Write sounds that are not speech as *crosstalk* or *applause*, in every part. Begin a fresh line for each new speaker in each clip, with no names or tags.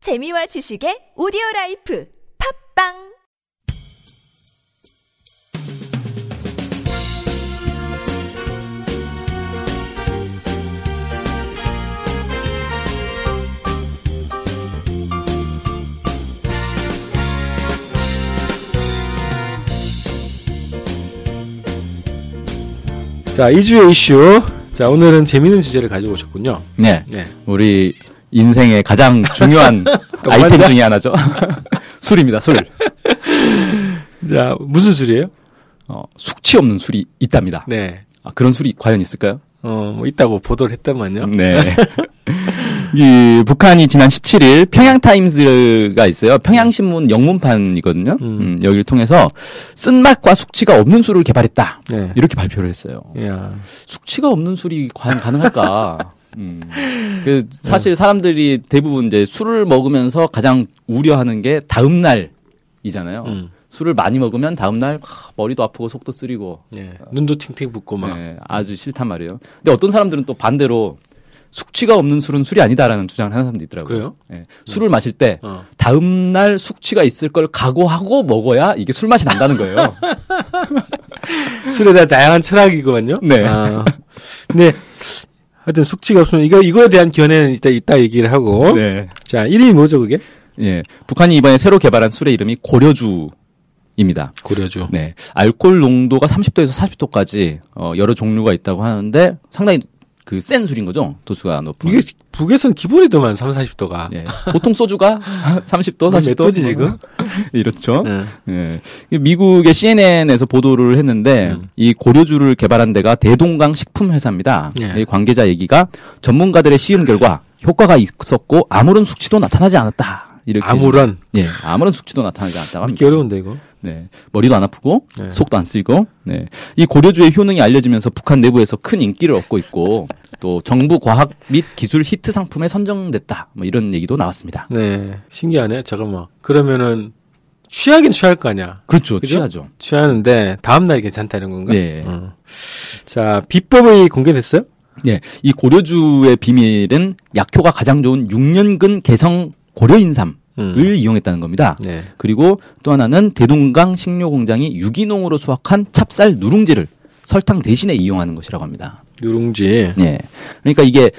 재미와 지식의 오디오 라이프 팝빵
자, 2주의 이슈. 자, 오늘은 재밌는 주제를 가지고 오셨군요.
네.
네.
우리 인생의 가장
*laughs*
중요한 아이템
맞아?
중에 하나죠.
*laughs*
술입니다, 술.
네. 자, 무슨 술이에요?
어, 숙취 없는 술이 있답니다.
네.
아, 그런 술이 과연 있을까요?
어, 뭐 있다고 보도를 했다만요.
네. *laughs* 이 북한이 지난 17일 평양타임스가 있어요. 평양신문 영문판이거든요.
음.
음, 여기를 통해서 쓴맛과 숙취가 없는 술을 개발했다.
네.
이렇게 발표를 했어요.
야.
숙취가 없는 술이 과연
*laughs*
가능할까? 음. 그
네.
사실 사람들이 대부분 이제 술을 먹으면서 가장 우려하는 게 다음 날이잖아요.
음.
술을 많이 먹으면 다음 날 하, 머리도 아프고 속도 쓰리고
네. 눈도 팅팅 붓고 막.
네, 아주 싫단 말이에요. 근데 어떤 사람들은 또 반대로 숙취가 없는 술은 술이 아니다라는 주장을 하는 사람도 있더라고요.
그래요?
예, 술을 마실 때
어.
다음 날 숙취가 있을 걸 각오하고 먹어야 이게 술 맛이 난다는
*laughs*
거예요.
술에 대한 다양한 철학이구만요.
네.
아. 네. 하여튼 숙취가 없으면 이거 이거에 대한 견해는 이따 이따 얘기를 하고.
네.
자, 이름이 뭐죠, 그게?
예. 북한이 이번에 새로 개발한 술의 이름이 고려주입니다.
고려주.
네. 알코올 농도가 30도에서 40도까지 어, 여러 종류가 있다고 하는데 상당히 그 센 술인 거죠. 도수가 높은.
이게 북에서는 기본이더만 3, 40도가.
예. 보통 소주가 30도, 40도.
몇 도지 지금?
*laughs*
네.
이렇죠. 예. 미국의 CNN에서 보도를 했는데
음.
이 고려주를 개발한 데가 대동강 식품회사입니다.
예.
이 관계자 얘기가 전문가들의 시음 결과 효과가 있었고 아무런 숙취도 나타나지 않았다. 이렇게
아무런.
예, 아무런 숙취도 나타나지 않았다고 합니다.
믿기 어려운데 이거.
네. 머리도 안 아프고
네.
속도 안 쓰이고 네. 이 고려주의 효능이 알려지면서 북한 내부에서 큰 인기를 얻고 있고 또 정부 과학 및 기술 히트 상품에 선정됐다. 뭐 이런 얘기도 나왔습니다.
네. 신기하네. 잠깐만. 그러면은 취하긴 취할 거 아니야.
그렇죠.
그죠?
취하죠.
취하는데 다음 날 괜찮다 이런 건가?
예.
어. 자 비법이 공개됐어요?
네. 이 고려주의 비밀은 약효가 가장 좋은 6년근 개성 고려인삼을
음.
이용했다는 겁니다.
네.
그리고 또 하나는 대동강 식료 공장이 유기농으로 수확한 찹쌀 누룽지를 설탕 대신에 이용하는 것이라고 합니다.
누룽지.
예. 그러니까 이게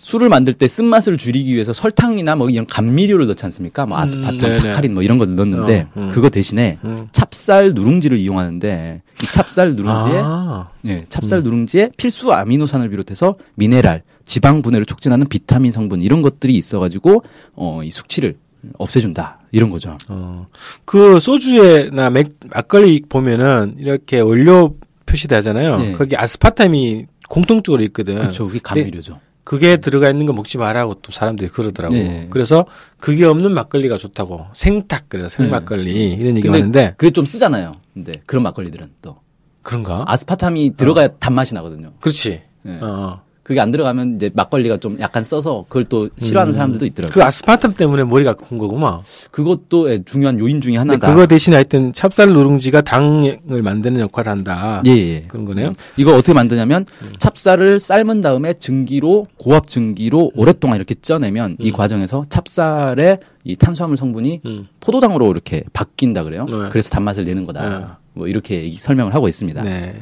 술을 만들 때 쓴맛을 줄이기 위해서 설탕이나 뭐 이런 감미료를 넣지 않습니까? 뭐
음,
아스파탐,
네네.
사카린 뭐 이런 걸 넣는데
어, 음.
그거 대신에
음.
찹쌀 누룽지를 이용하는데 이 찹쌀 누룽지에
아.
예, 찹쌀 누룽지에 필수 아미노산을 비롯해서 미네랄, 지방 분해를 촉진하는 비타민 성분 이런 것들이 있어 가지고 어, 이 숙취를 없애준다. 이런 거죠.
어. 그 소주에나 맥, 막걸리 보면은 이렇게 원료 표시되잖아요.
네.
거기 아스파탐이 공통적으로 있거든.
그렇죠. 그게 감미료죠.
그게 들어가 있는 거 먹지 말라고 또 사람들이 그러더라고.
네.
그래서 그게 없는 막걸리가 좋다고. 생탁 그래서
네.
생막걸리 이런 얘기
근데
많은데
그게 좀 쓰잖아요. 근데 그런 막걸리들은 또
그런가?
아스파탐이 들어가야 단맛이 나거든요.
그렇지.
네.
어, 어.
그게 안 들어가면 이제 막걸리가 좀 약간 써서 그걸 또 싫어하는 사람들도 있더라고요.
그 아스파탐 때문에 머리가 아픈 거구만.
그, 것도 중요한 요인 중에
근데
하나다.
그거 대신에 하여튼 찹쌀 누룽지가 당을 만드는 역할을 한다.
예, 예.
그런 거네요? 음.
음. 이거 어떻게 만드냐면 찹쌀을 삶은 다음에 증기로 고압 증기로 오랫동안 이렇게 쪄내면 이 과정에서 찹쌀의 이 탄수화물 성분이
음.
포도당으로 이렇게 바뀐다 그래요.
네.
그래서 단맛을 내는 거다.
네.
뭐 이렇게 이- 설명을 하고 있습니다.
네.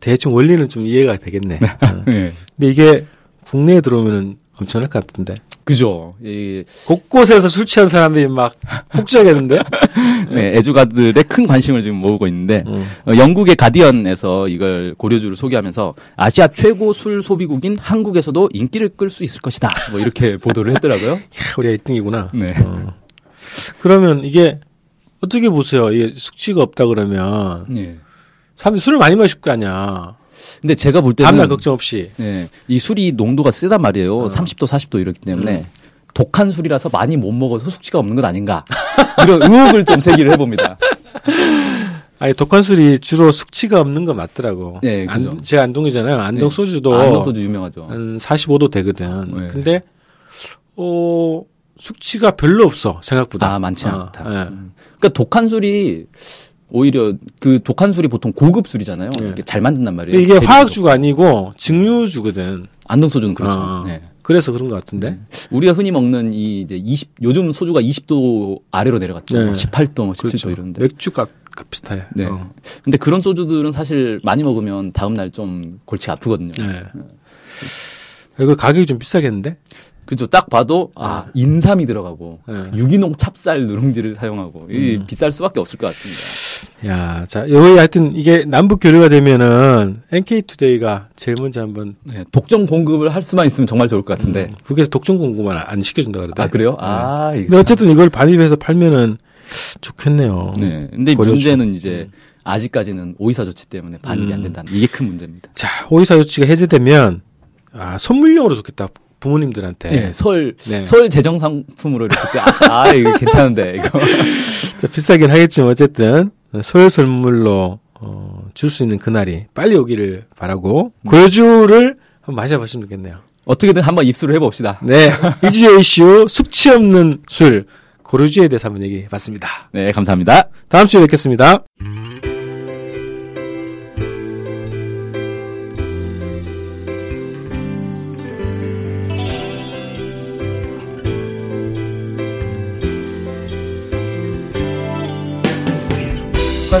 대충 원리는 좀 이해가 되겠네. 어.
*laughs* 예.
근데 이게 국내에 들어오면은 엄청날 것 같은데.
그죠. 이,
곳곳에서 술 취한 사람들이 막
*laughs*
폭주하겠는데?
네, 애주가들의 큰 관심을 지금 모으고 있는데
음.
어, 영국의 가디언에서 이걸 고려주를 소개하면서 아시아 최고 술 소비국인 한국에서도 인기를 끌 수 있을 것이다. 뭐 이렇게 *laughs* 보도를 했더라고요.
캬, 우리가 1등이구나.
네.
음. 그러면 이게 어떻게 보세요? 이게 숙취가 없다 그러면
네.
사람들이 술을 많이 마실 거 아니야.
근데 제가 볼 때는
다음날 그 음. 걱정 없이.
네, 이 술이 농도가 세단 말이에요. 30도, 40도 이렇기 때문에
음.
독한 술이라서 많이 못 먹어서 숙취가 없는 건 아닌가 *laughs* 이런 의혹을 좀 제기를 해봅니다.
아니 독한 술이 주로 숙취가 없는 거 맞더라고.
네,
안-
그죠.
제가 안동이잖아요. 안동
네.
*laughs* 소주도 네.
안동 소주 유명하죠.
한 45도 되거든.
네.
근데 어 숙취가 별로 없어 생각보다.
아, 많지
어,
않다.
예.
음. 그러니까 독한 술이 오히려 그 독한 술이 보통 고급 술이잖아요.
예.
이렇게 잘 만든단 말이에요.
근데 이게
재료도.
화학주가 아니고 증류주거든.
안동 소주는 그렇죠.
아.
네.
그래서 그런 것 같은데.
우리가 흔히 먹는 이 이제 20 요즘 소주가 20도 아래로 내려갔죠.
네.
막 18도, 뭐 17도
그렇죠.
이런데.
맥주값 비슷해.
네.
어.
근데 그런 소주들은 사실 많이 먹으면 다음 날 좀 골치 아프거든요.
네. 이거 가격이 좀 비싸겠는데?
그죠? 딱 봐도 아 인삼이 들어가고
네. 음.
유기농 찹쌀 누룽지를 사용하고 이 비쌀 수밖에 없을 것 같습니다.
야, 자, 여기 하여튼 이게 남북 교류가 되면은 NK투데이가 제일 먼저 한번
네, 독점 공급을 할 수만 있으면 정말 좋을 것 같은데.
북에서 독점 공급만 안 시켜준다 그러대.
아 그래요? 아
근데 어쨌든 이걸 반입해서 팔면은 좋겠네요.
네. 근데
거리
문제는
음.
이제 아직까지는 오이사 조치 때문에 반입이 안 된다는 이게 큰 문제입니다.
자, 호의사 조치가 해제되면 아, 선물용으로 좋겠다. 부모님들한테.
예, 설,
네.
설 재정 상품으로 이렇게 때, 아, 아, 이거 괜찮은데, 이거. *laughs*
자, 비싸긴 하겠지만 어쨌든 설 선물로 어, 줄 수 있는 그날이 빨리 오기를 바라고 고려주를 한번 마셔보시면 좋겠네요.
어떻게든 한번 입수를 해봅시다.
*laughs* 네, 이주의 이슈 숙취 없는 술 고려주에 대해서 한번 얘기해봤습니다.
네, 감사합니다.
다음 주에 뵙겠습니다.
북한